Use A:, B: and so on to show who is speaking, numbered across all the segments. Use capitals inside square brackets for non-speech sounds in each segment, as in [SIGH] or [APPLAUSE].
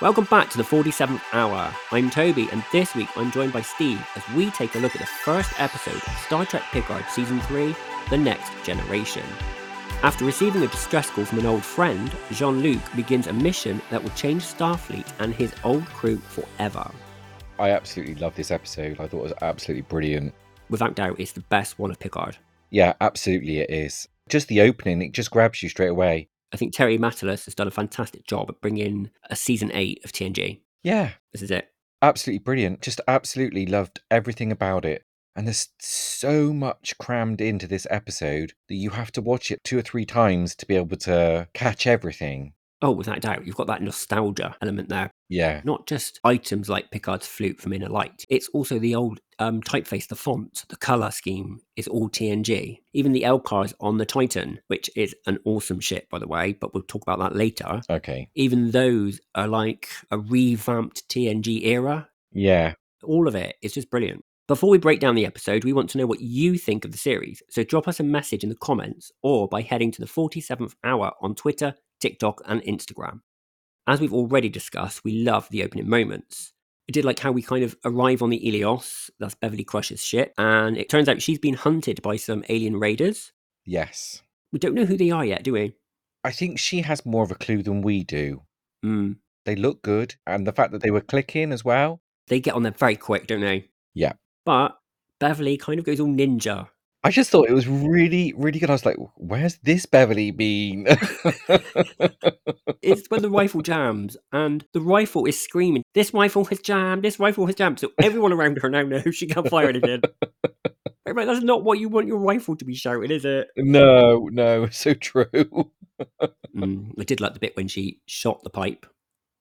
A: Welcome back to the 47th hour. I'm Toby, and this week I'm joined by Steve as we take a look at the first episode of Star Trek Picard Season 3 The Next Generation. After receiving a distress call from an old friend, Jean Luc begins a mission that will change Starfleet and his old crew forever.
B: I absolutely love this episode. I thought it was absolutely brilliant.
A: Without doubt, it's the best one of Picard.
B: Yeah, absolutely it is. Just the opening, it just grabs you straight away.
A: I think Terry Matalas has done a fantastic job at bringing a season eight of TNG.
B: Yeah,
A: This is it.
B: absolutely brilliant. Just absolutely loved everything about it. And there's so much crammed into this episode that you have to watch it two or three times to be able to catch everything.
A: Oh, without doubt, you've got that nostalgia element there.
B: Yeah,
A: Not just items like Picard's flute from Inner Light, it's also the old um, typeface, the font, the colour scheme is all TNG. Even the Elcars on the Titan, which is an awesome ship, by the way, but we'll talk about that later.
B: okay.
A: Even those are like a revamped TNG era.
B: Yeah,
A: All of it is just brilliant. Before we break down the episode, we want to know what you think of the series. So drop us a message in the comments or by heading to the 47th hour on Twitter, TikTok, and Instagram. As we've already discussed, we love the opening moments. I did like how we kind of arrive on the Ilios, that's Beverly Crusher's ship, and it turns out she's been hunted by some alien raiders.
B: yes.
A: We don't know who they are yet, do we?
B: I think she has more of a clue than we do.
A: Mm.
B: They look good. And the fact that they were clicking as well.
A: They get on there very quick, don't they?
B: Yeah.
A: But Beverly kind of goes all ninja
B: I just thought it was really, really good. I was like, where's this Beverly been? [LAUGHS]
A: it's when the rifle jams and the rifle is screaming, This rifle has jammed, this rifle has jammed. So everyone around her now knows she can't fire [LAUGHS] anything. I'm like, that's not what you want your rifle to be shouting, is it?
B: No, no, so true. [LAUGHS]
A: Mm, I did like the bit when she shot the pipe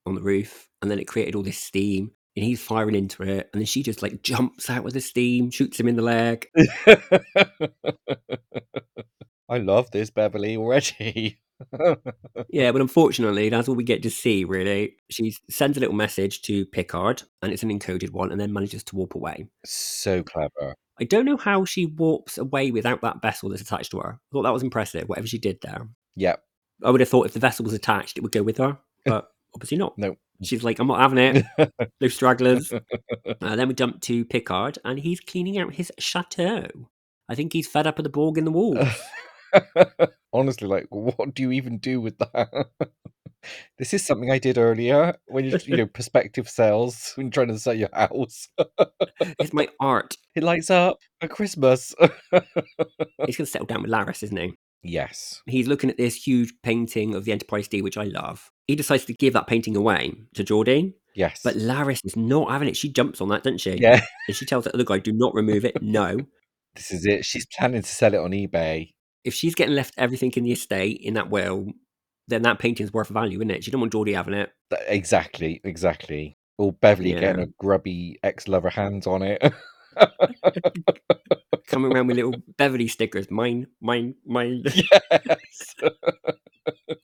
A: on the roof and then it created all this steam and he's firing into it and then she just like jumps out with the steam, shoots him in the leg. [LAUGHS]
B: I love this Beverly already.
A: Yeah, but unfortunately, that's all we get to see, really. She sends a little message to Picard and it's an encoded one and then manages to warp away.
B: so clever.
A: I don't know how she warps away without that vessel that's attached to her. I thought that was impressive, whatever she did there.
B: Yep.
A: I would have thought if the vessel was attached, it would go with her, but obviously not.
B: No.
A: She's like, I'm not having it. No stragglers. Uh, then we jump to Picard, and he's cleaning out his chateau. I think he's fed up of the Borg in the
B: [LAUGHS]
A: wall.
B: Honestly, like, what do you even do with that? [LAUGHS] this is something I did earlier when you, you know, prospective sales when trying to sell your house.
A: it's my art.
B: It lights up at Christmas. [LAUGHS]
A: He's going to settle down with Laris, isn't he?
B: yes.
A: He's looking at this huge painting of the Enterprise D, which I love. He decides to give that painting away to Jordine,
B: Yes.
A: but Laris is not having it. She jumps on that, doesn't she?
B: yeah,
A: And she tells the other guy, do not remove it. No.
B: this is it. She's planning to sell it on eBay.
A: if she's getting left everything in the estate in that will, then that painting's worth value, isn't it? She don't want Geordie having it.
B: Th- Exactly, exactly. Or Beverly
A: Yeah.
B: getting a grubby ex-lover hands on it. [LAUGHS]
A: Coming around with little Beverly stickers, mine, mine, mine.
B: yes.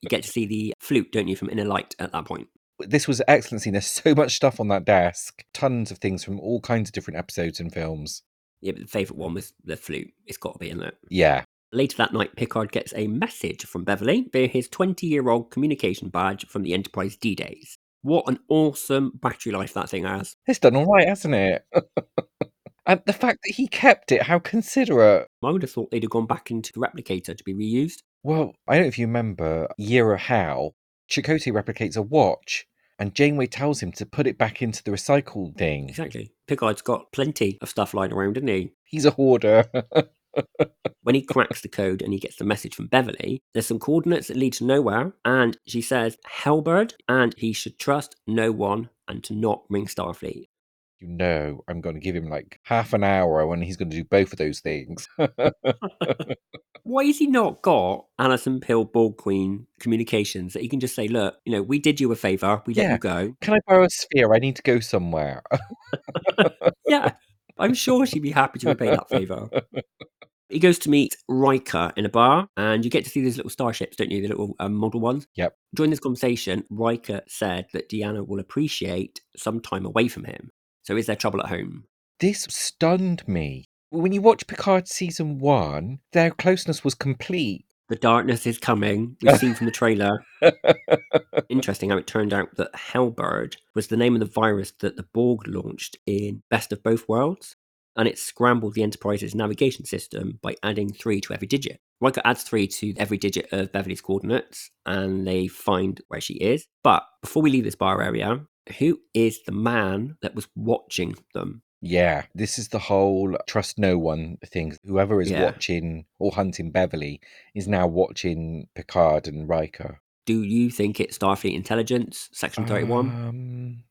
A: You get to see the flute, don't you, from Inner Light at that point.
B: This was excellent scene. There's so much stuff on that desk. Tons of things from all kinds of different episodes and films.
A: Yeah, but the favourite one was the flute. It's got to be in it.
B: Yeah.
A: Later that night, Picard gets a message from Beverly via his 20 year old communication badge from the Enterprise D days. What an awesome battery life that thing has.
B: It's done all right, hasn't it? [LAUGHS] and the fact that he kept it, how considerate.
A: I would have thought they'd have gone back into the replicator to be reused.
B: Well, I don't know if you remember Yira How. Chakotay replicates a watch and Janeway tells him to put it back into the recycle thing.
A: Exactly. Picard's got plenty of stuff lying around, isn't he?
B: He's a hoarder. [LAUGHS]
A: When he cracks the code and he gets the message from Beverly, there's some coordinates that lead to nowhere, and she says Hellbird, and he should trust no one and to not ring Starfleet.
B: you know I'm going to give him like half an hour when he's going to do both of those things.
A: Why has he not got Alison Pill Ball Queen communications that he can just say, look, you know, we did you a favor, we let
B: Yeah.
A: you go.
B: Can I borrow a sphere? I need to go somewhere. Uh,
A: Yeah, I'm sure she'd be happy to repay that favor. He goes to meet Riker in a bar, and you get to see these little starships, don't you? The little um, model ones.
B: Yep.
A: During this conversation, Riker said that Deanna will appreciate some time away from him. So is there trouble at home?
B: this stunned me. When you watch Picard season one, their closeness was complete.
A: The darkness is coming. We've seen from the trailer. Interesting how it turned out that Hellbird was the name of the virus that the Borg launched in Best of Both Worlds, and it scrambled the Enterprise's navigation system by adding three to every digit. Riker adds three to every digit of Beverly's coordinates, and they find where she is. But before we leave this bar area, who is the man that was watching them?
B: Yeah, this is the whole uh, trust no one thing. Whoever is
A: Yeah.
B: watching or hunting Beverly is now watching Picard and Riker.
A: Do you think it's Starfleet Intelligence, Section 31?
B: Um,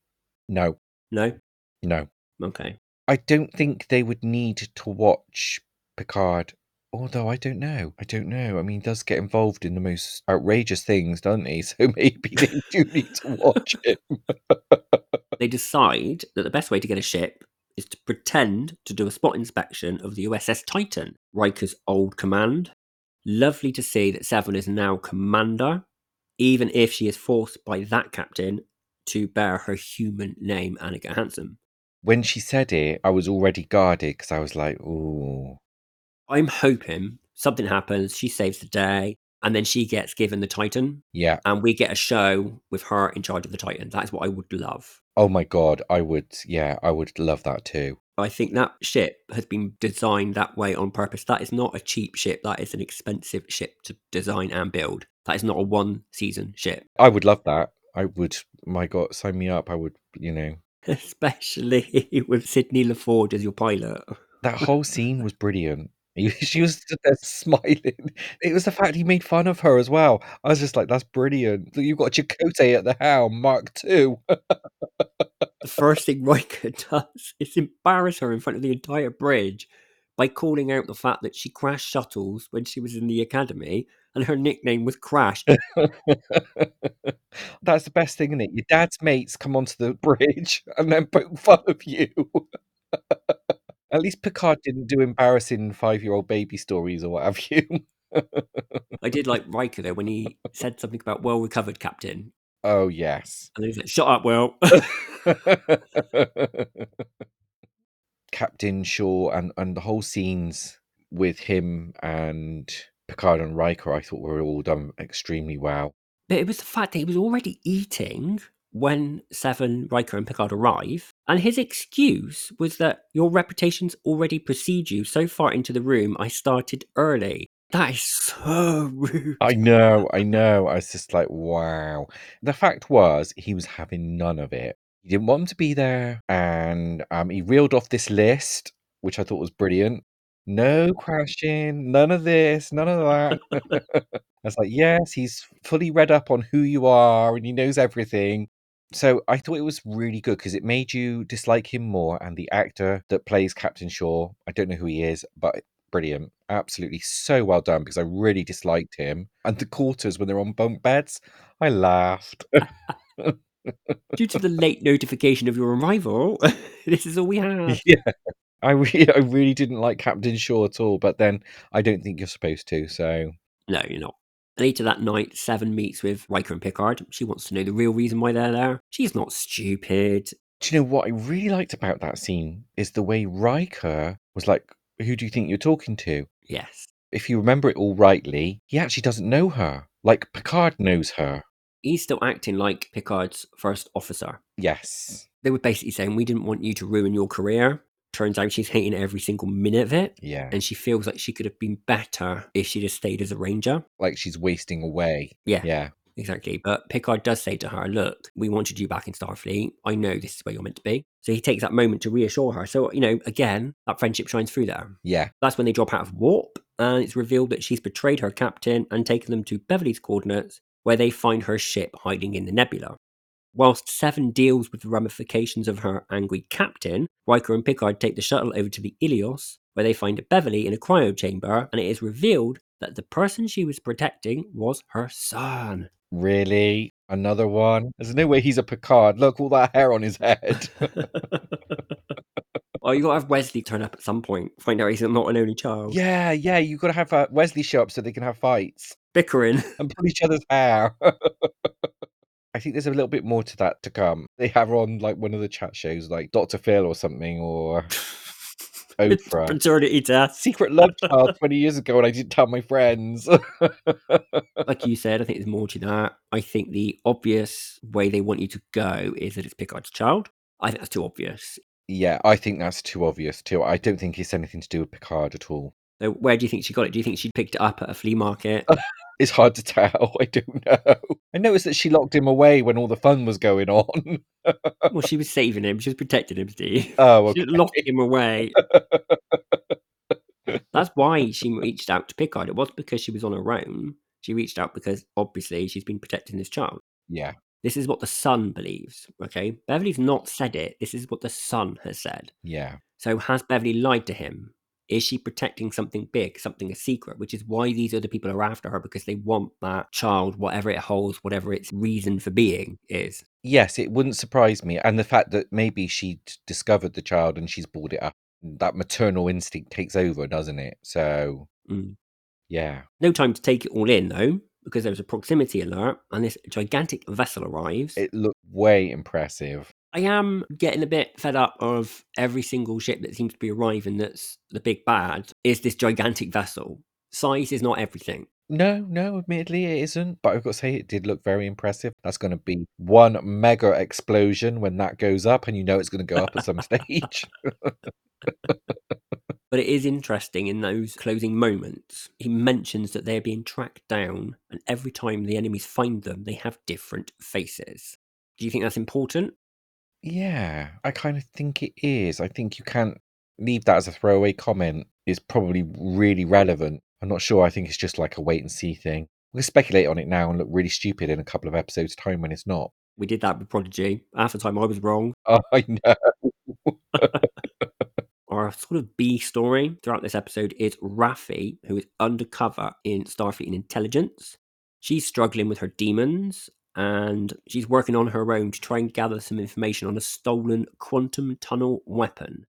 B: no,
A: no?
B: no.
A: Okay.
B: I don't think they would need to watch Picard. Although I don't know. I don't know. I mean, he does get involved in the most outrageous things, doesn't he? [LAUGHS] So maybe they do need to watch it.
A: They decide that the best way to get a ship is to pretend to do a spot inspection of the USS Titan, Riker's old command. Lovely to see that Seven is now commander, even if she is forced by that captain to bear her human name, Annika Hansen.
B: When she said it, I was already guarded because I was like, oh,
A: I'm hoping something happens, she saves the day, and then she gets given the Titan,
B: yeah.
A: and we get a show with her in charge of the Titan. That's what I would love.
B: Oh my God. I would, yeah, I would love that too.
A: I think that ship has been designed that way on purpose. That is not a cheap ship. That is an expensive ship to design and build. That is not a one season ship, [LAUGHS]
B: I would love that. I would, my God, sign me up. I would, you know.
A: especially [LAUGHS] with Sydney LaForge as your pilot.
B: That whole scene was brilliant. [LAUGHS] She was just there smiling. It was the fact he made fun of her as well. I was just like, that's brilliant. You've got Chakotay at the helm, Mark II.
A: The first thing Riker [LAUGHS] does is embarrass her in front of the entire bridge by calling out the fact that she crashed shuttles when she was in the academy and her nickname was Crash.
B: [LAUGHS] That's the best thing, isn't it? Your dad's mates come onto the [LAUGHS] bridge and then poke fun of you. [LAUGHS] At least Picard didn't do embarrassing five year old baby stories or what have you. [LAUGHS]
A: I did like Riker though when he said something about well recovered, Captain.
B: Oh, yes.
A: And then he's like, shut up, Will. [LAUGHS]
B: [LAUGHS] Captain Shaw and, and the whole scenes with him and Picard and Riker, I thought were all done extremely well.
A: But it was the fact that he was already eating when Seven, Riker, and Picard arrive. And his excuse was that your reputations already precede you so far into the room, I started early. That is so rude.
B: I know, I know. I was just like, wow. The fact was, he was having none of it. He didn't want him to be there. And um, he reeled off this list, which I thought was brilliant. No crashing, none of this, none of that. [LAUGHS] I was like, yes, he's fully read up on who you are and he knows everything. So I thought it was really good because it made you dislike him more. And the actor that plays Captain Shaw, I don't know who he is, but brilliant. Absolutely so well done because I really disliked him. And the quarters when they're on bunk beds, I laughed. [LAUGHS]
A: Due to the late notification of your arrival, [LAUGHS] this is all we have.
B: yeah. I really, [LAUGHS] I really didn't like Captain Shaw at all, but then I don't think you're supposed to. So
A: No, you're not. Later that night, Seven meets with Riker and Picard. She wants to know the real reason why they're there. She's not stupid.
B: Do you know what I really liked about that scene is the way Riker was like, Who do you think you're talking to?
A: Yes.
B: If you remember it all rightly, he actually doesn't know her. Like Picard knows her.
A: He's still acting like Picard's first officer.
B: Yes.
A: they were basically saying we didn't want you to ruin your career turns out she's hating every single minute of it
B: Yeah.
A: and she feels like she could have been better if she'd have stayed as a ranger
B: Like she's wasting away.
A: Yeah.
B: Yeah.
A: exactly but picard does say to her look we wanted you back in starfleet i know this is where you're meant to be so he takes that moment to reassure her so you know again that friendship shines through there
B: Yeah.
A: that's when they drop out of warp and it's revealed that she's betrayed her captain and taken them to beverly's coordinates where they find her ship hiding in the nebula Whilst Seven deals with the ramifications of her angry captain, Riker and Picard take the shuttle over to the Ilios, where they find Beverly in a cryo chamber, and it is revealed that the person she was protecting was her son.
B: Really? Another one? There's no way he's a Picard. Look, all that hair on his head.
A: oh, you gotta have Wesley turn up at some point, find out he's not an only child.
B: yeah. Yeah. you got to have uh, Wesley show up so they can have fights
A: Bickering.
B: and pull each other's hair. [LAUGHS] I think there's a little bit more to that to come. They have her on like one of the chat shows, like Dr. Phil or something, or Oprah.
A: Paternity test.
B: Secret love child 20 years ago, and I didn't tell my friends. [LAUGHS]
A: like you said, I think there's more to that. I think the obvious way they want you to go is that it's Picard's child. I think that's too obvious.
B: yeah, I think that's too obvious, too. I don't think it's anything to do with Picard at all.
A: So where do you think she got it? Do you think she picked it up at a flea market?
B: It's hard to [LAUGHS] tell. I don't know. I noticed that she locked him away when all the fun was going on. [LAUGHS]
A: well, she was saving him. She was protecting him, Steve.
B: Oh,
A: She
B: okay.
A: locked him away. That's why she reached out to Picard. It wasn't because she was on her own. She reached out because obviously she's been protecting this child.
B: yeah.
A: This is what the son believes. Okay. Beverly's not said it. This is what the son has said.
B: Yeah.
A: So has Beverly lied to him? Is she protecting something big, something a secret, which is why these other people are after her because they want that child, whatever it holds, whatever its reason for being is.
B: Yes, it wouldn't surprise me. And the fact that maybe she discovered the child and she's brought it up. That maternal instinct takes over, doesn't it? So,
A: Mm.
B: yeah.
A: No time to take it all in though, because there was a proximity alert and this gigantic vessel arrives.
B: It looked way impressive.
A: I am getting a bit fed up of every single ship that seems to be arriving that's the big bad is this gigantic vessel. Size is not everything.
B: No, no, admittedly it isn't. But I've got to say, it did look very impressive. That's going to be one mega explosion when that goes up, and you know it's going to go up
A: [LAUGHS]
B: at some stage.
A: But it is interesting in those closing moments. He mentions that they're being tracked down, and every time the enemies find them, they have different faces. Do you think that's important?
B: Yeah, I kind of think it is. I think you can't leave that as a throwaway comment. It's probably really relevant. I'm not sure. I think it's just like a wait and see thing. We can speculate on it now and look really stupid in a couple of episodes' time when it's not. [LAUGHS]
A: We did that with Prodigy. Half the time I was wrong.
B: Oh, I know.
A: Our sort of B story throughout this episode is Raffi, who is undercover in Starfleet and intelligence. She's struggling with her demons and she's working on her own to try and gather some information on a stolen quantum tunnel weapon.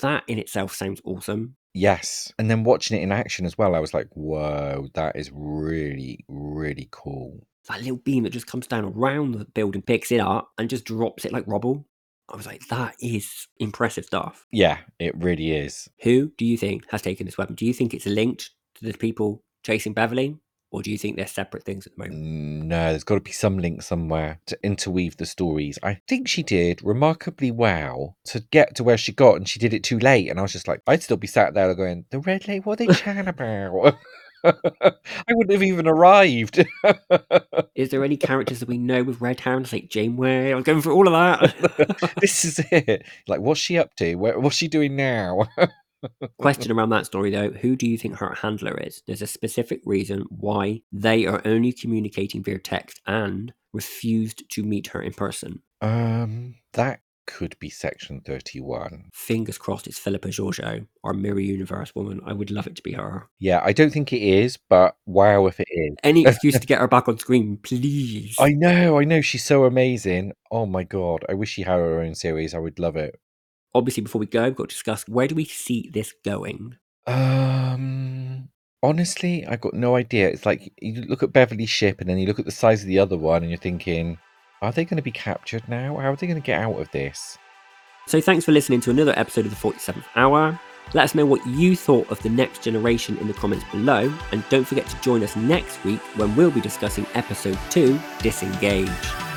A: That in itself sounds awesome.
B: Yes. And then watching it in action as well, I was like, whoa, that is really, really cool.
A: That little beam that just comes down around the building, picks it up, and just drops it like rubble. I was like, that is impressive stuff.
B: Yeah, it really is.
A: Who do you think has taken this weapon? Do you think it's linked to the people chasing Beverly? Or do you think they're separate things at the moment?
B: Mm, No, there's got to be some link somewhere to interweave the stories. I think she did remarkably well to get to where she got, and she did it too late. And I was just like, I'd still be sat there going, "The red light, what are they chatting about?" [LAUGHS] I wouldn't have even arrived. [LAUGHS]
A: Is there any characters that we know with red hands like Janeway? I was going for all of
B: [LAUGHS]
A: that.
B: this is it. Like, what's she up to? Where, what's she doing now? [LAUGHS]
A: Question around that story though who do you think her handler is? There's a specific reason why they are only communicating via text and refused to meet her in person.
B: um, that could be section thirty-one.
A: Fingers crossed it's Philippa Giorgio, our Mirror Universe woman. I would love it to be her.
B: Yeah, I don't think it is, but wow, if it is.
A: Any excuse to get her back on screen, please.
B: I know, I know. She's so amazing. Oh my god, I wish she had her own series. I would love it.
A: Obviously, before we go, we've got to discuss where do we see this going?
B: Um, honestly, I got no idea. It's like you look at Beverly's ship, and then you look at the size of the other one, and you're thinking, are they going to be captured now? How are they going to get out of this?
A: So thanks for listening to another episode of the 47th Hour. Let us know what you thought of the next generation in the comments below, and don't forget to join us next week when we'll be discussing episode 2 Disengage.